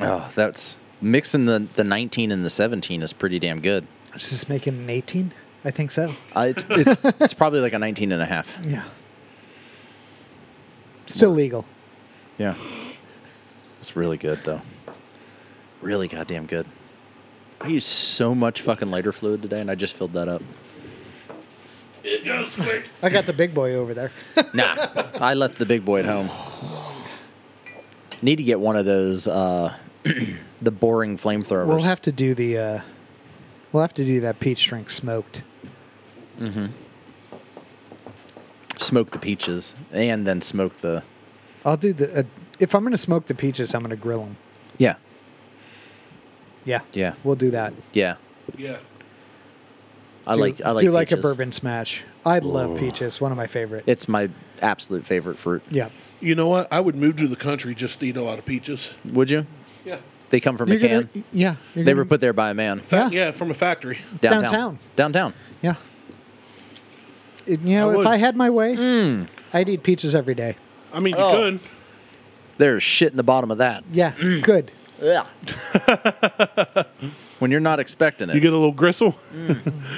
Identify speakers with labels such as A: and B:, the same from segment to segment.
A: Oh, that's mixing the, the 19 and the 17 is pretty damn good.
B: Does this make it an 18? I think so.
A: Uh, it's, it's, it's probably like a 19 and a half.
B: Yeah. Still legal.
A: Yeah. It's really good, though. Really goddamn good. I used so much fucking lighter fluid today, and I just filled that up.
C: It goes quick.
B: I got the big boy over there.
A: Nah, I left the big boy at home. Need to get one of those, uh, the boring flamethrowers.
B: we'll have to do the. Uh, we'll have to do that peach drink smoked.
A: smoke the peaches and then smoke the.
B: I'll do the. Uh, if I'm going to smoke the peaches, I'm going to grill them.
A: Yeah,
B: Yeah.
A: Yeah.
B: We'll do that.
A: yeah.
C: Yeah.
A: I
B: do,
A: like I like
B: do like a
A: peaches.
B: bourbon smash. I love peaches. One of my favorite.
A: It's my absolute favorite fruit.
B: yeah.
C: You know what? I would move to the country just to eat a lot of peaches.
A: Would you?
C: Yeah.
A: They come from
B: You're
A: a can.
B: gonna- yeah. you're
A: they
B: gonna-
A: were put there by a man
C: Fa-
B: Yeah.
C: yeah, from a factory.
A: downtown.
B: Downtown.
A: Downtown.
B: Yeah. It- you know,
C: I
B: if
C: would.
B: I had my way,
A: Mm.
B: I'd eat peaches every day.
C: I mean, you
A: Oh.
C: could.
A: There's shit in the bottom of that.
B: Yeah. Good.
A: Yeah. when you're not expecting
C: You
A: it,
C: get a little gristle.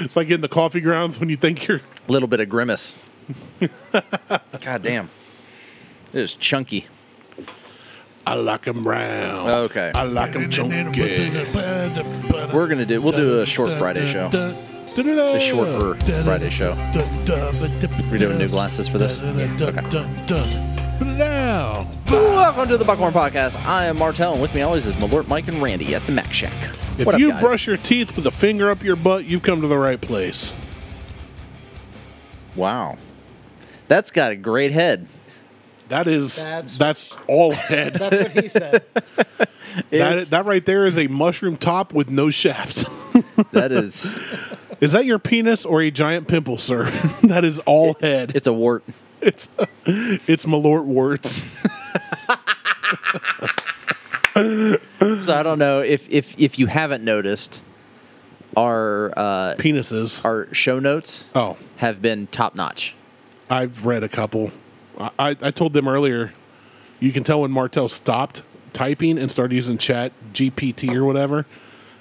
C: it's like getting the coffee grounds when you think you're.
A: a little bit of grimace. God damn. It is chunky.
C: I like 'em brown.
A: Okay.
C: I like 'em chunky.
A: We're gonna do. We'll do a short Friday show.
C: A
A: A short brew Friday show.
C: We're
A: We're doing new glasses for this.
C: Okay.
A: Welcome to the Buckhorn Podcast. I am Martel, and with me always is Malort, Mike, and Randy at the Mac Shack.
C: If
A: what up,
C: you
A: guys?
C: brush your teeth with a finger up your butt, you've come to the right place.
A: wow, that's got a great head.
C: That is
B: That's-
C: that's, all head.
B: That's what he said.
A: It's-
C: that, that right there is a mushroom top with no shafts.
A: that is,
C: is that your penis or a giant pimple, sir? that is all head.
A: it's a wart.
C: It's it's Malort warts.
A: So I don't know if if if you haven't noticed, our uh,
C: Penises.
A: our show notes
C: Oh,
A: have been top notch.
C: I've read a couple. I, I, I told them earlier. You can tell when Martel stopped typing and started using Chat GPT or whatever,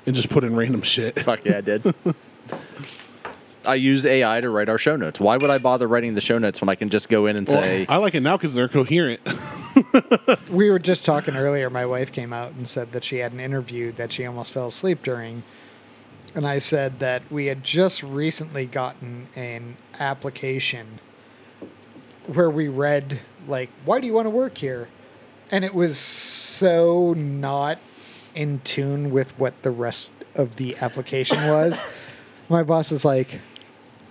C: and just put in random shit.
A: Fuck yeah, I did. I use AI to write our show notes. Why would I bother writing the show notes when I can just go in and say,
C: I like it now because they're coherent.
B: we were just talking earlier. My wife came out and said that she had an interview that she almost fell asleep during. And I said that we had just recently gotten an application where we read, like, why do you want to work here? And it was so not in tune with what the rest of the application was. My boss is like,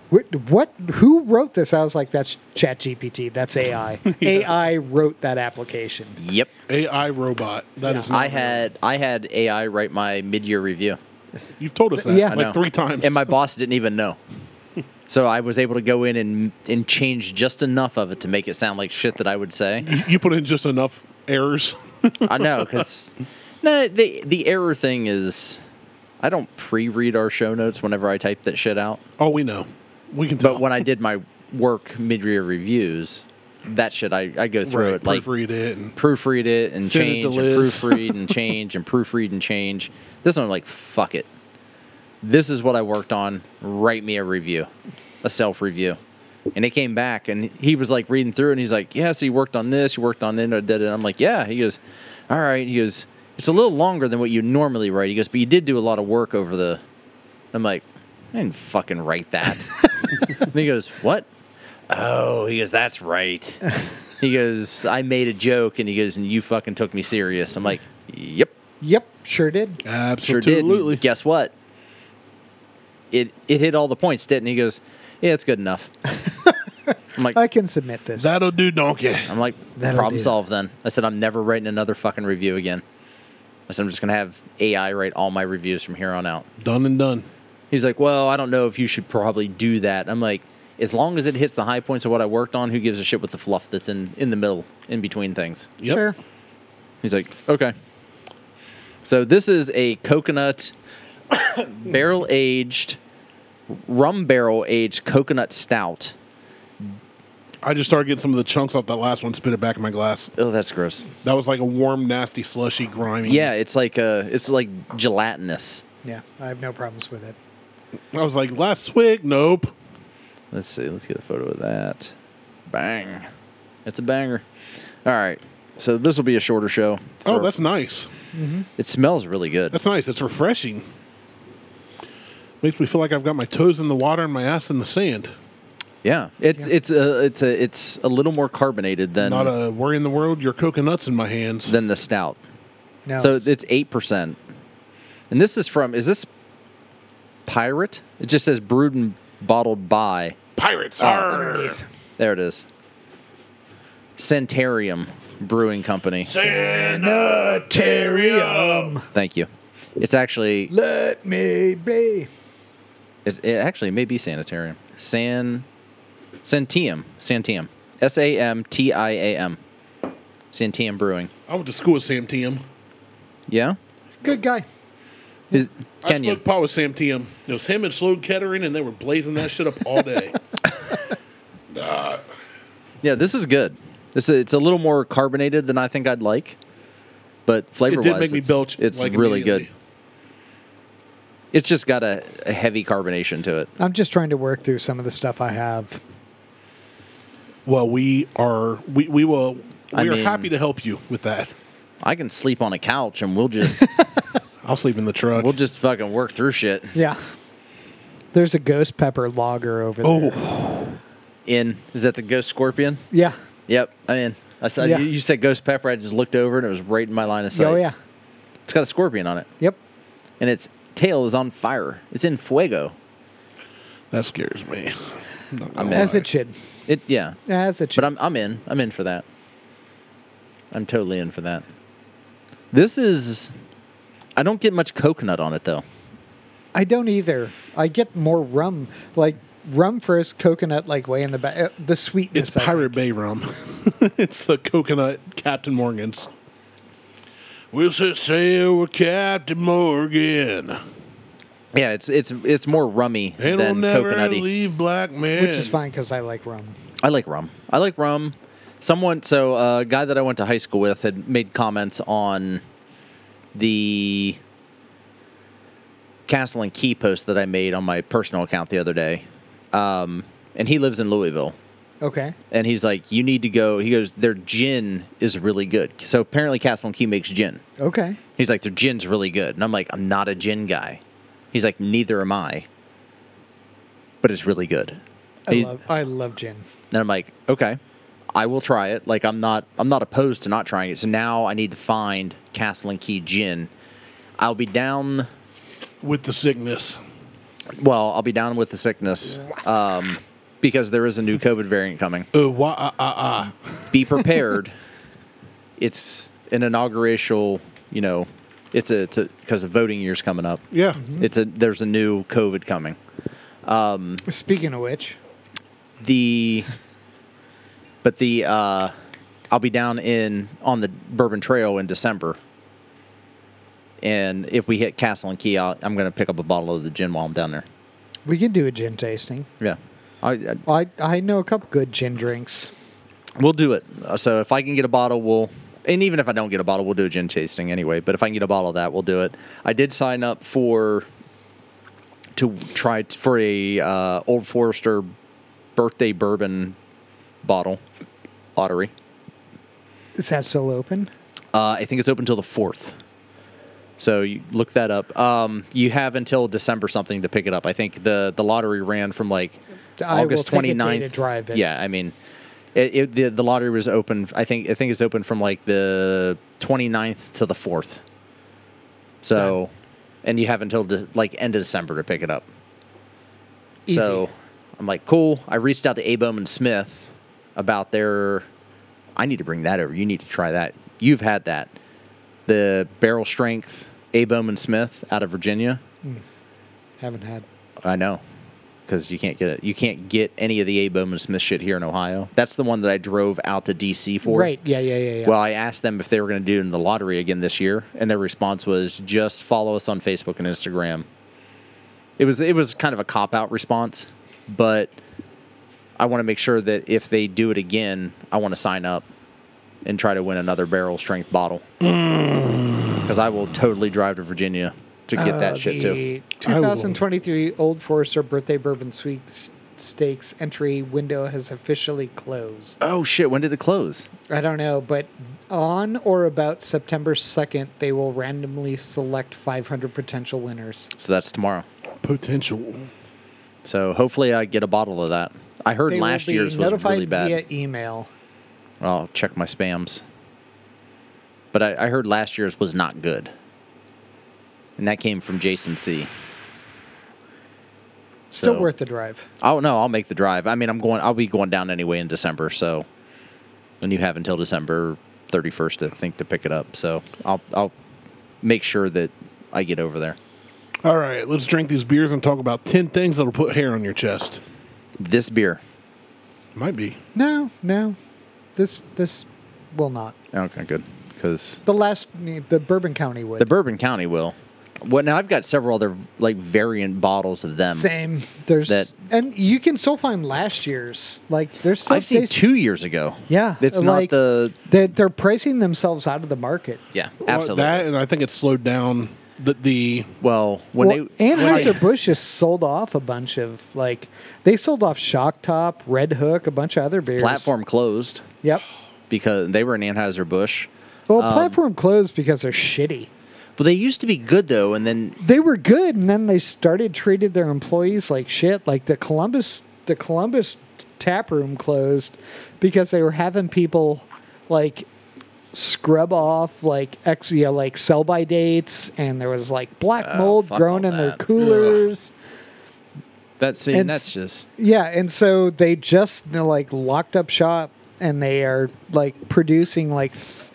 B: what, what? Who wrote this? I was like, that's ChatGPT. That's AI. AI wrote that application.
A: "Yep,
C: AI robot. That is. not
A: I had I had AI write my mid-year review."
C: real. You've told us that
B: Yeah. I
A: I
C: like
A: know.
C: three times.
A: and my boss didn't even know. So I was able to go in and and change just enough of it to make it sound like shit that I would say.
C: You- you put in just enough errors.
A: I know because no, the the error thing is I don't pre-read our show notes whenever I type that shit out.
C: Oh, we know. We can tell.
A: But when I did my work mid-year reviews, that shit I I go through
C: right,
A: it like
C: proofread it, and
A: proofread it and
C: Send it
A: change
C: to
A: and
C: Liz.
A: proofread and change and proofread and change. This one I'm like, fuck it. This is what I worked on. Write me a review, a self review. And it came back and he was like reading through and he's like, Yeah, so you worked on this, you worked on that, da, da, da." I'm like, Yeah. He goes, All right. He goes, It's a little longer than what you normally write. He goes, But you did do a lot of work over the. I'm like, I didn't fucking write that. and he goes, What? Oh, he goes, That's right. He goes, I made a joke, and he goes, and you fucking took me serious. I'm like, yep,
B: Yep, sure did.
A: sure did.
C: absolutely.
A: And guess what? It it hit all the points, didn't it? He goes, yeah, it's good enough. I'm like,
B: I can submit this.
C: That'll do, donkey.
A: I'm like,
B: That'll
A: problem
B: do.
A: solved. Then I said, I'm never writing another fucking review again. I said, I'm just gonna have AI write all my reviews from here on out.
C: Done and done.
A: He's like, well, I don't know if you should probably do that. I'm like, as long as it hits the high points of what I worked on, who gives a shit with the fluff that's in in the middle, in between things.
C: Yep.
B: Fair.
A: He's like, okay. So this is a coconut barrel aged, rum barrel aged coconut stout
C: I just started getting some of the chunks off that last one, spit it back in my glass.
A: Oh, that's gross.
C: That was like a warm, nasty, slushy, grimy.
A: Yeah, it's like uh, it's like gelatinous.
B: Yeah, I have no problems with it.
C: I was like, last swig, nope.
A: Let's see. Let's get a photo of that. Bang. It's a banger. All right. So this will be a shorter show.
C: Oh,
A: Or-
C: that's nice.
A: it smells really good.
C: That's nice. It's refreshing. Makes me feel like I've got my toes in the water and my ass in the sand.
A: Yeah. It's it's a it's a it's a little more carbonated than
C: Not a worry in the world. Your coconuts in my hands.
A: than the stout.
B: No,
A: So it's eight percent. And this is from is this pirate? It just says brewed and bottled by. Oh.
C: Pirates are
B: underneath.
A: There it is. Centarium Brewing Company.
C: sanitarium.
A: Thank you. It's actually
B: Let me be.
A: It, it actually may be sanitarium. San, Santiam, Santiam, S A M T I A M, Santiam Brewing.
C: I went to school with Sam Tim.
A: Yeah,
B: He's a good guy.
A: is
C: I
A: can you?
C: smoked pot with Sam Tim. It was him and Sloan Kettering, and they were blazing that shit up all day.
A: Yeah, this is good. This is, it's a little more carbonated than I think I'd like, but flavor wise,
C: it did make me
A: it's,
C: belch.
A: It's
C: like,
A: really
C: immediately.
A: good. It's just got a, a heavy carbonation to it.
B: I'm just trying to work through some of the stuff I have.
C: Well, we are. We we will. We
A: I
C: are
A: mean-
C: happy to help you with that.
A: I can sleep on a couch and we'll just
C: I'll sleep in the truck.
A: we'll just fucking work through shit
B: Yeah. There's a ghost pepper lager over there.
C: oh,
A: in. Is that the ghost scorpion?
B: Yeah.
A: Yep, I mean, I saw
B: Yeah.
A: you, you said ghost pepper. I just looked over and it was right in my line of sight.
B: oh yeah.
A: It's got a scorpion on it,
B: Yep.
A: and its tail is on fire. It's in fuego.
C: that scares me. Not gonna
B: As
C: lie.
B: it should.
A: It yeah,
B: As it should.
A: but I'm I'm in. I'm in for that. I'm totally in for that. This is. I don't get much coconut on it though.
B: I don't either. I get more rum, like rum first, coconut, like way in the back. Uh, the sweetness.
C: It's
B: of it.
C: Pirate Bay rum. it's the coconut Captain Morgan's. We'll set sail with Captain Morgan.
A: Yeah, it's it's it's more rummy
C: And we'll
A: than
C: never
A: coconutty.
C: leave Black Man.
B: which is fine because I like rum.
A: I like rum. I like rum. Someone, so uh, a guy that I went to high school with had made comments on the Castle and Key post that I made on my personal account the other day. Um, and he lives in Louisville.
B: Okay.
A: And he's like, you need to go. He goes, their gin is really good. So apparently, Castle and Key makes gin.
B: Okay.
A: He's like, their gin's really good. And I'm like, I'm not a gin guy. He's like, neither am I. But it's really good.
B: I
A: He-
B: love. I love gin.
A: and I'm like, okay, I will try it. Like I'm not I'm not opposed to not trying it. So now I need to find Castle and Key gin. I'll be down
C: with the sickness.
A: well, I'll be down with the sickness. Um because there is a new COVID variant coming.
C: Uh, wah, ah, ah, ah.
A: Be prepared. it's an inaugural, you know, it's a because the voting year's coming up.
C: Yeah.
A: It's a there's a new COVID coming.
B: Speaking of which,
A: the but the uh I'll be down in on the Bourbon Trail in December. And if we hit Castle and Key, I'll, I'm going to pick up a bottle of the gin while I'm down there.
B: we could do a gin tasting.
A: Yeah. I, I,
B: I I know a couple good gin drinks.
A: we'll do it. Uh, So if I can get a bottle, we'll. And even if I don't get a bottle, we'll do a gin tasting anyway. But if I can get a bottle of that, we'll do it. I did sign up for to try t- for a uh, Old Forester birthday bourbon bottle lottery.
B: Is that still open?
A: Uh, I think it's open until the fourth. So you look that up. Um, you have until December something to pick it up. I think the the lottery ran from like
B: I will
A: August
B: take a day
A: 29th. ninth.
B: to drive it.
A: Yeah, I mean, it, it, the the lottery was open. I think I think it's open from like the 29th to the fourth. So, and you have until de- like end of December to pick it up.
B: Easy.
A: So I'm like, cool. I reached out to A Bowman Smith about their. I need to bring that over. You need to try that. You've had that. The barrel strength A Bowman Smith out of Virginia.
B: Haven't had.
A: I know, because you can't get it. You can't get any of the A Bowman Smith shit here in Ohio. That's the one that I drove out to DC for.
B: Right. Yeah. Yeah. Yeah. Yeah.
A: Well, I asked them if they were going to do it in the lottery again this year, and their response was just follow us on Facebook and Instagram. It was it was kind of a cop out response, but I want to make sure that if they do it again, I want to sign up and try to win another barrel strength bottle.
B: Mm.
A: Because I will totally drive to Virginia to get
B: Uh,
A: that shit too.
B: the 2023 Old Forester Birthday Bourbon Sweet Stakes entry window has officially closed.
A: Oh shit! When did it close?
B: I don't know, but on or about September 2nd, they will randomly select 500 potential winners.
A: So that's tomorrow.
C: Potential.
A: So hopefully I get a bottle of that. I heard
B: They
A: last
B: will be
A: year's was
B: notified
A: really bad.
B: via email.
A: I'll check my spams. But I, I heard last year's was not good. And that came from Jason C.
B: Still
A: So-
B: worth the drive.
A: Oh no, I'll make the drive. I mean, I'm going. I'll be going down anyway in December. So, and you have until December 31st, I think, to pick it up. So I'll I'll make sure that I get over there.
C: All right, let's drink these beers and talk about 10 things that'll put hair on your chest.
A: This beer.
C: Might be.
B: No, no. This this will not.
A: Okay, good. Because
B: The last the Bourbon County would.
A: the Bourbon County will. Well, now I've got several other like variant bottles of them.
B: Same. There's
A: That-
B: and you can still find last year's. Like there's stuff
A: I've seen
B: they-
A: two years ago.
B: Yeah,
A: it's
B: like-
A: not the.
B: They, they're pricing themselves out of the market.
A: Yeah,
C: Well,
A: absolutely.
C: That, and I think it slowed down the, the
A: well, when
B: well,
A: they
B: and
A: when I-
B: Anheuser Busch just sold off a bunch of like they sold off Shock Top, Red Hook, a bunch of other beers.
A: platform closed
B: Yep.
A: because they were in Anheuser Busch.
B: Well,
A: Um,
B: platform closed because they're shitty.
A: But they used to be good though, and then
B: They were good, and then they started treated their employees like shit. Like the Columbus, the Columbus tap room closed because they were having people like scrub off like ex you know, like sell by dates, and there was like black mold
A: Ah, fuck
B: growing
A: all
B: in their
A: that.
B: coolers.
A: that scene
B: And
A: that's
B: s-
A: just
B: Yeah, and so they just they're like locked up shop, and they are like producing like th-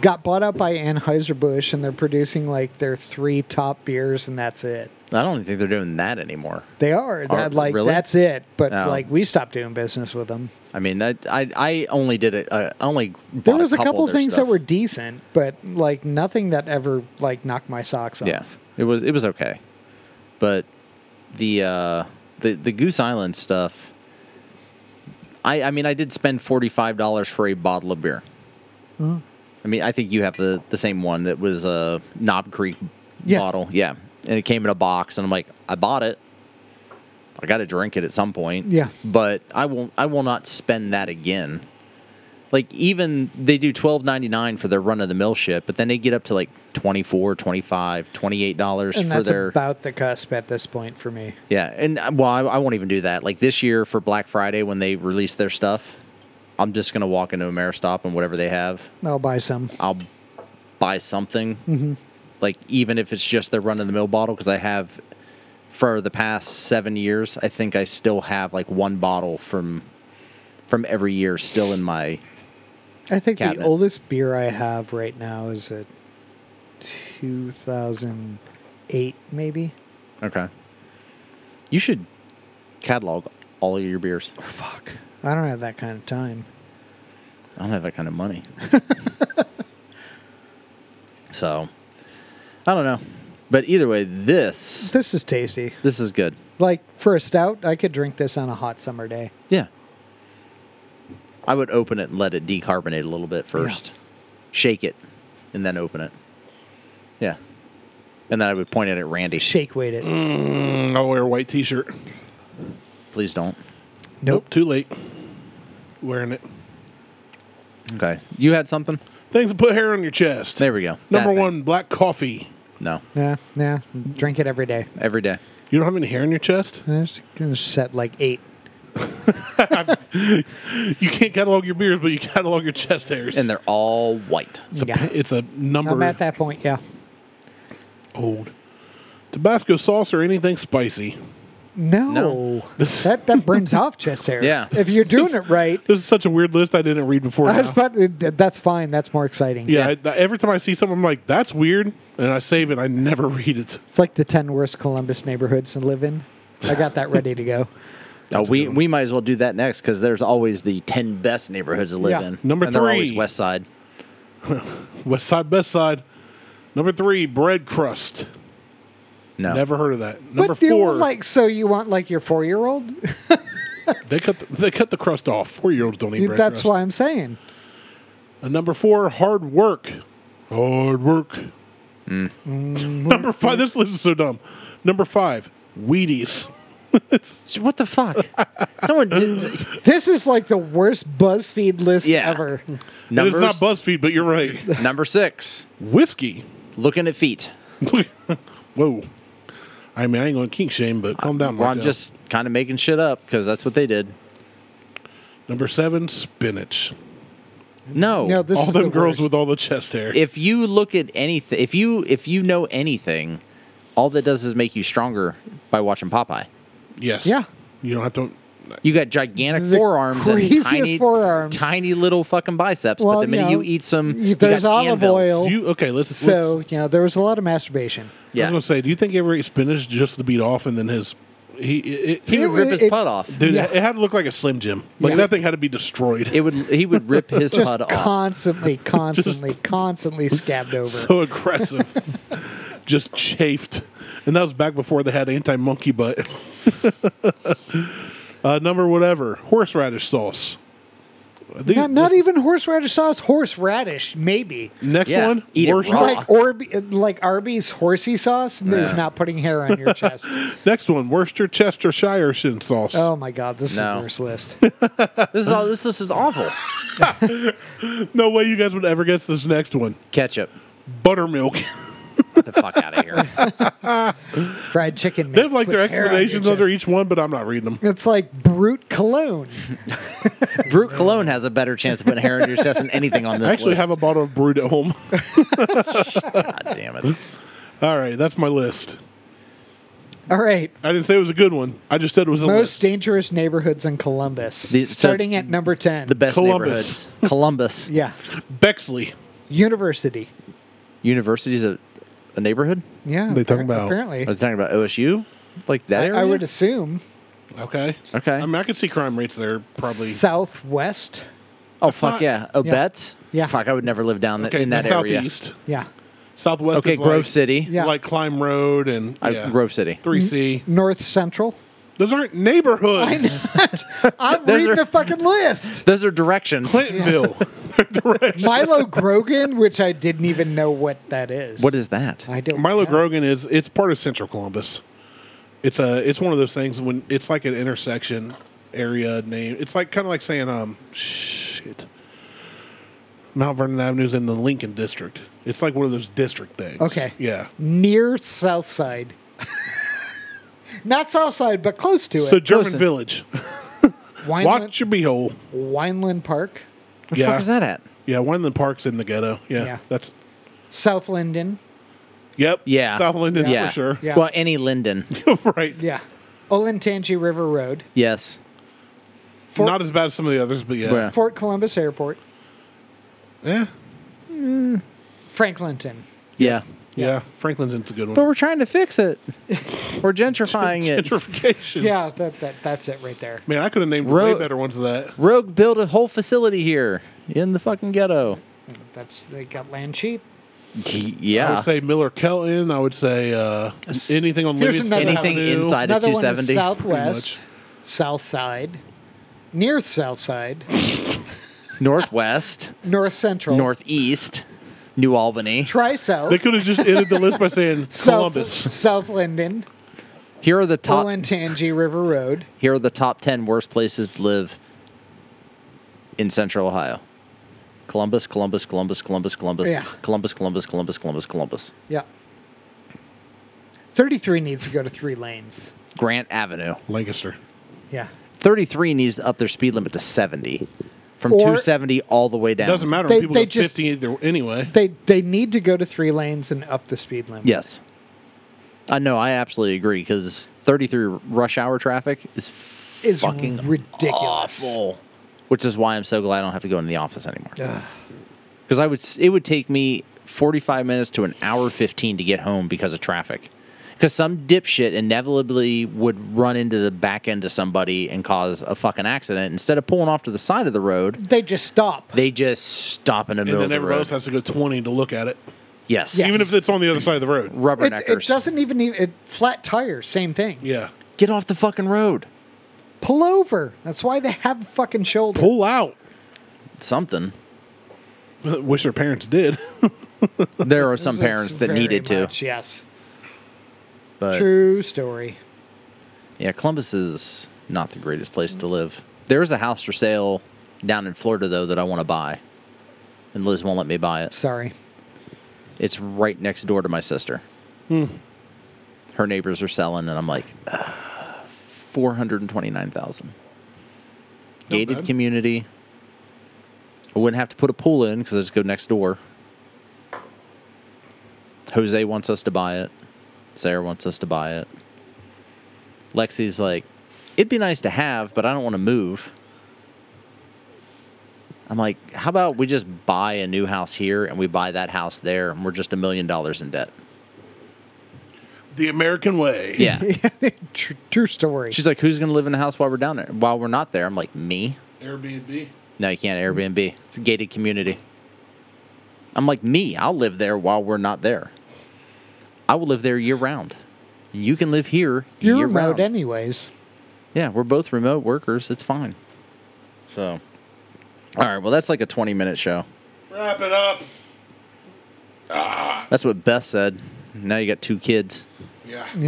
B: got bought out by Anheuser Busch, and they're producing like their three top beers, and that's it.
A: I don't think they're doing that anymore.
B: They are, that, like
A: really?
B: that's it. But
A: No.
B: like we stopped doing business with them.
A: I mean, I I, I only did it. Uh, I only bought
B: There was a couple,
A: of their
B: things
A: stuff.
B: that were decent, but like nothing that ever like knocked my socks off.
A: yeah. It was it was okay, but the uh, the the Goose Island stuff. I I mean, I did spend forty five dollars for a bottle of beer. I mean, I think you have the the same one that was a Knob Creek
B: Yeah.
A: bottle. Yeah, and it came in a box, and I'm like, I bought it. I got to drink it at some point.
B: Yeah.
A: but I won't. I will not spend that again. Like even they do twelve ninety nine for their run of the mill shit, but then they get up to like 24 25 28 dollars
B: and
A: for
B: that's
A: their
B: about the cusp at this point for me.
A: yeah. And uh, well, I, I won't even do that. Like this year for Black Friday when they release their stuff, I'm just gonna walk into Ameristop and whatever they have,
B: I'll buy some.
A: I'll buy something,
B: Mm-hmm.
A: like even if it's just their run of the mill bottle, because I have for the past seven years, I think I still have like one bottle from from every year still in my.
B: I think the
A: cabinet.
B: oldest beer I have right now is a 2008, maybe.
A: Okay. You should catalog all of your beers.
B: Fuck. I don't have that kind of time.
A: I don't have that kind of money. so, I don't know. But either way, this
B: This is tasty.
A: this is good.
B: Like for a stout, I could drink this on a hot summer day.
A: Yeah. I would open it and let it decarbonate a little bit first. Shake it and then open it. Yeah. And then I would point it at Randy.
B: Shake weight it.
C: Mm, I'll wear a white t shirt.
A: Please don't.
B: Nope.
C: Too late. Wearing it.
A: Okay. You had something?
C: Things that put hair on your chest.
A: There we go. That
C: Number
A: thing.
C: one, black coffee.
A: No.
B: Nah, nah. Drink it every day.
A: Every day.
C: You don't have any hair on your chest?
B: I'm just gonna set like eight.
C: You can't catalog your beers, but you catalog your chest hairs.
A: And they're all white.
C: it's, a,
B: Yeah.
C: it's a number
B: I'm at that point. Yeah.
C: old. Tabasco sauce or anything spicy.
B: No.
A: No.
B: that that burns off chest hairs.
A: Yeah.
B: If you're doing it right,
C: This is such a weird list I didn't read before.
B: I
C: now.
B: was about to- that's fine. That's more exciting.
C: Yeah, I, th- every time I see something, I'm like, that's weird. And I save it. I never read it.
B: It's like the 10 worst Columbus neighborhoods to live in. I got that ready to go.
A: Uh, we we might as well do that next because there's always the ten best neighborhoods to live
B: Yeah.
A: in.
C: Number
A: and They're always
C: three.
A: West Side.
C: West side, best side. Number three, bread crust.
A: No,
C: Never heard of that. Number
B: do you
C: four,
B: like so you want like your 4-year-old?
C: They cut the, they cut the crust off. Four year olds don't eat bread
B: That's
C: crust.
B: why I'm saying.
C: And number four, hard work. Hard work. Number five. This list is so dumb. Number five, Wheaties. it's
A: What the fuck? Someone did.
B: This is like the worst BuzzFeed list
A: Yeah.
B: ever.
C: it's
A: Numbers,
C: not BuzzFeed, but you're right.
A: number six.
C: Whiskey.
A: Looking at feet.
C: Whoa. I mean, I ain't going to kink shame, but calm down,
A: Well, I'm
C: Marco.
A: just kind of making shit up because that's what they did.
C: Number seven, spinach.
A: No.
B: No, this
C: all
B: is
C: them
B: the
C: girls
B: worst.
C: with all the chest hair.
A: if you look at anything, if you if you know anything, all that does is make you stronger by watching Popeye.
C: yes.
B: Yeah.
C: You don't have to.
A: You got gigantic
B: The
A: forearms and
B: craziest
A: tiny,
B: forearms.
A: tiny little fucking biceps.
B: Well,
A: but the minute
B: you
A: you,
B: know,
A: eat some,
B: y-
A: you
B: there's
A: got
B: olive
A: anvils.
B: oil.
C: You okay? Let's.
B: So,
C: let's-
B: you know, there was a lot of masturbation.
C: I was
A: Yeah,
C: going to say, do you think he ever ate spinach just to beat off, and then his he it,
A: he
C: he
A: would rip his
B: it-
A: putt off.
C: dude,
B: Yeah.
C: it had to look like a slim jim. Like
B: Yeah.
C: that thing had to be destroyed.
A: It would he would rip his
B: Just
A: putt off.
B: constantly, constantly, constantly scabbed over.
C: so aggressive, just chafed, and that was back before they had anti monkey butt. uh, number whatever, horseradish sauce. I think
B: not, not even horseradish sauce, horseradish, maybe.
C: next
A: Yeah,
C: one,
A: eat it
C: worst-
A: raw.
B: Like Orb, like Arby's horsey sauce is
A: Yeah.
B: not putting hair on your chest.
C: Next one, Worcestershire shin sauce.
B: Oh my god, this is
A: No.
B: the worst list.
A: This is all. This, this is awful.
C: No way you guys would ever guess this next one.
A: Ketchup.
C: Buttermilk.
A: Get the fuck out of here.
B: Fried chicken.
C: they
B: man,
C: have like their
B: puts hair on your
C: explanations under
B: chest.
C: each one, but I'm not reading them.
B: It's like brute cologne.
A: Brute cologne has a better chance of putting hair on your chest than anything on this
C: I actually
A: list.
C: have a bottle of brewed at home.
A: God damn it.
C: All right, that's my list.
B: All right.
C: I didn't say it was a good one. I just said it was a
B: Most
C: list.
B: dangerous neighborhoods in Columbus.
A: These- so-
B: starting at number 10.
A: The best
C: Columbus.
A: neighborhoods. Columbus.
B: Yeah.
C: Bexley.
B: University.
A: University's a, a neighborhood.
B: Yeah.
C: They talking
B: appar-
C: about-
B: Apparently.
A: Are they talking about OSU? Like that?
B: I,
A: area?
B: I would assume
C: Okay.
A: Okay.
C: I mean, I could see crime rates there probably.
B: Southwest.
A: oh fuck
C: not-
A: yeah. Obetz.
B: Yeah.
A: Fuck, I would never live down th-
C: okay,
A: in that area.
C: southeast.
B: Yeah.
C: Southwest.
A: Okay,
C: is
A: Grove
C: like,
A: City.
B: Yeah.
C: Like Climb Road and
A: I,
C: yeah,
A: Grove City.
C: 3C.
A: Mm-hmm.
B: North Central.
C: Those aren't neighborhoods.
B: I I'm
A: Those
B: reading
A: are-
B: the fucking list.
A: Those are directions.
C: Clintonville. Direction.
B: Milo Grogan, which I didn't even know what that is.
A: What is that?
B: I don't.
C: Milo
B: know.
C: Grogan is it's part of Central Columbus. It's a it's one of those things when it's like an intersection area name. It's like kind of like saying um shit. Mount Vernon Avenue's in the Lincoln District. It's like one of those district things.
B: Okay.
C: Yeah.
B: Near Southside. Not Southside, but close to it.
C: So German
A: Listen.
C: Village.
B: Wineland,
C: Watch your beehole.
B: Wineland Park,
A: What the
C: yeah.
A: fuck is that at?
C: Yeah, Wineland Park's in the ghetto. Yeah.
B: Yeah.
C: That's
B: South Linden.
C: Yep.
A: Yeah.
C: South Linden
A: yeah.
C: for sure.
B: Yeah.
A: Well, any Linden.
C: right.
B: Yeah. Olentangy River Road.
A: yes.
B: For-
C: Not as bad as some of the others, but yeah.
A: Yeah.
B: Fort Columbus Airport.
C: Yeah.
B: Franklinton.
A: Yeah.
C: Yeah. Franklin's Franklinton's a good
A: But
C: one.
A: we're trying to fix it. We're gentrifying it.
C: Gentrification.
B: Yeah, that, that that's it right there.
C: Man, I could have named
A: Ro-
C: way better ones than that.
A: Rogue built a whole facility here in the fucking ghetto.
B: That's they got land cheap.
C: I
A: Yeah.
C: would say Miller Kelton. I would say uh,
A: S-
C: anything on
B: Here's
C: Livingston
B: another-
A: Anything
C: Avenue.
A: inside of
B: Another one is
A: 270.
B: Southwest, South Side, Near South Side,
A: Northwest,
B: North Central,
A: Northeast, New Albany.
B: Tri South,
C: They could have just ended the list by saying
B: South,
C: Columbus.
B: South Linden,
A: Here are the top.
B: Olentangy River Road.
A: Here are the top 10 worst places to live in central Ohio Columbus, Columbus, Columbus, Columbus, Columbus,
B: Yeah.
A: Columbus, Columbus, Columbus, Columbus, Columbus,
B: Yeah. 33 needs to go to three lanes.
A: Grant Avenue.
C: Lancaster.
B: Yeah.
A: 33 needs to up their speed limit to 70 from
B: Or-
A: 270 all the way down.
C: Doesn't matter.
B: They-
C: when people
B: they
C: go
B: just-
C: 50 either anyway.
B: They they need to go to three lanes and up the speed limit.
A: Yes. I know. I absolutely agree because 33 rush hour traffic is
B: It's
A: fucking
B: ridiculous.
A: awful, which is why I'm so glad I don't have to go into the office anymore.
B: Ugh.
A: because I would s- it would take me 45 minutes to an hour 15 to get home because of traffic. Because some dipshit inevitably would run into the back end of somebody and cause a fucking accident. Instead of pulling off to the side of the road,
B: They just stop.
A: they just stop in the
C: And
A: middle of
C: then
A: the
C: everybody
A: road.
C: else has to go 20 to look at it.
A: yes.
B: Yeah.
C: Even if it's on the other side of the road.
B: It, e,
A: Rubberneckers.
B: it doesn't even need it, flat tires, same thing.
C: Yeah.
A: Get off the fucking road.
B: Pull over. That's why they have a fucking shoulder.
C: Pull out.
A: Something.
C: Wish their parents did.
A: There are some
B: This is
A: parents that
B: very
A: needed to,
B: much, Yes.
A: but
B: True story.
A: yeah, Columbus is not the greatest place to live. There is a house for sale down in Florida though that I want to buy, and Liz won't let me buy it.
B: Sorry.
A: It's right next door to my sister. Her neighbors are selling, and I'm like, "Ah, four hundred and twenty nine thousand. Gated
C: bad.
A: community. I wouldn't have to put a pool in because I just go next door. Jose wants us to buy it. Sarah wants us to buy it. Lexi's like, it'd be nice to have, but I don't want to move. I'm like, how about we just buy a new house here and we buy that house there and we're just a million dollars in debt?
C: The American way.
A: Yeah.
B: True, true story.
A: She's like, who's going to live in the house while we're down there? While we're not there? I'm like, me?
C: Airbnb.
A: No, you can't Airbnb. It's a gated community. I'm like, me, I'll live there while we're not there. I will live there year round. You can live here
B: You're
A: year
B: remote eh?
A: round.
B: anyways.
A: yeah, we're both remote workers. It's fine. So, all right. Well, that's like a 20 minute show.
C: Wrap it up.
A: That's what Beth said. Now you got two kids.
C: Yeah.
B: Yeah,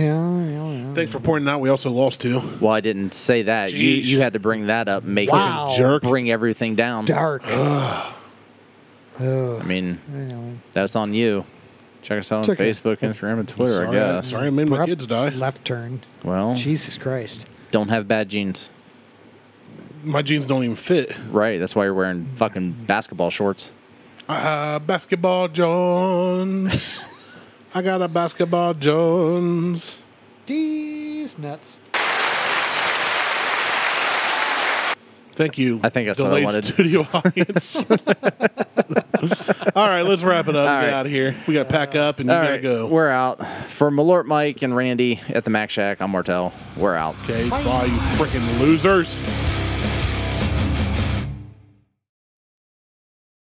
B: yeah, yeah.
C: Thanks for pointing out. We also lost two.
A: Well, I didn't say that. You
C: Jeez.
A: you had to bring that up, and make
B: Wow.
A: it
C: Jerk.
A: bring everything down.
B: Dark. oh,
A: I mean,
B: I know.
A: that's on you. Check us out on
B: It's okay.
A: Facebook, Instagram, and Twitter.
C: sorry,
A: I guess.
C: sorry, I made my
B: Abrupt
C: kids die.
B: Left turn.
A: Well,
B: Jesus Christ.
A: don't have bad genes.
C: My jeans don't even fit.
A: Right. That's why you're wearing fucking basketball shorts.
C: Uh, basketball Jones. I got a basketball Jones.
B: These nuts.
C: Thank you.
A: I think that's what I
C: delayed
A: wanted.
C: Studio audience. All right, let's wrap it up.
A: All
C: Get
A: right.
C: out of here. We got to pack up and you
A: All
C: got to
A: right,
C: go.
A: we're out. For Malort Mike and Randy at the Mac Shack, I'm Martell. We're out.
C: Okay, bye, you freaking losers.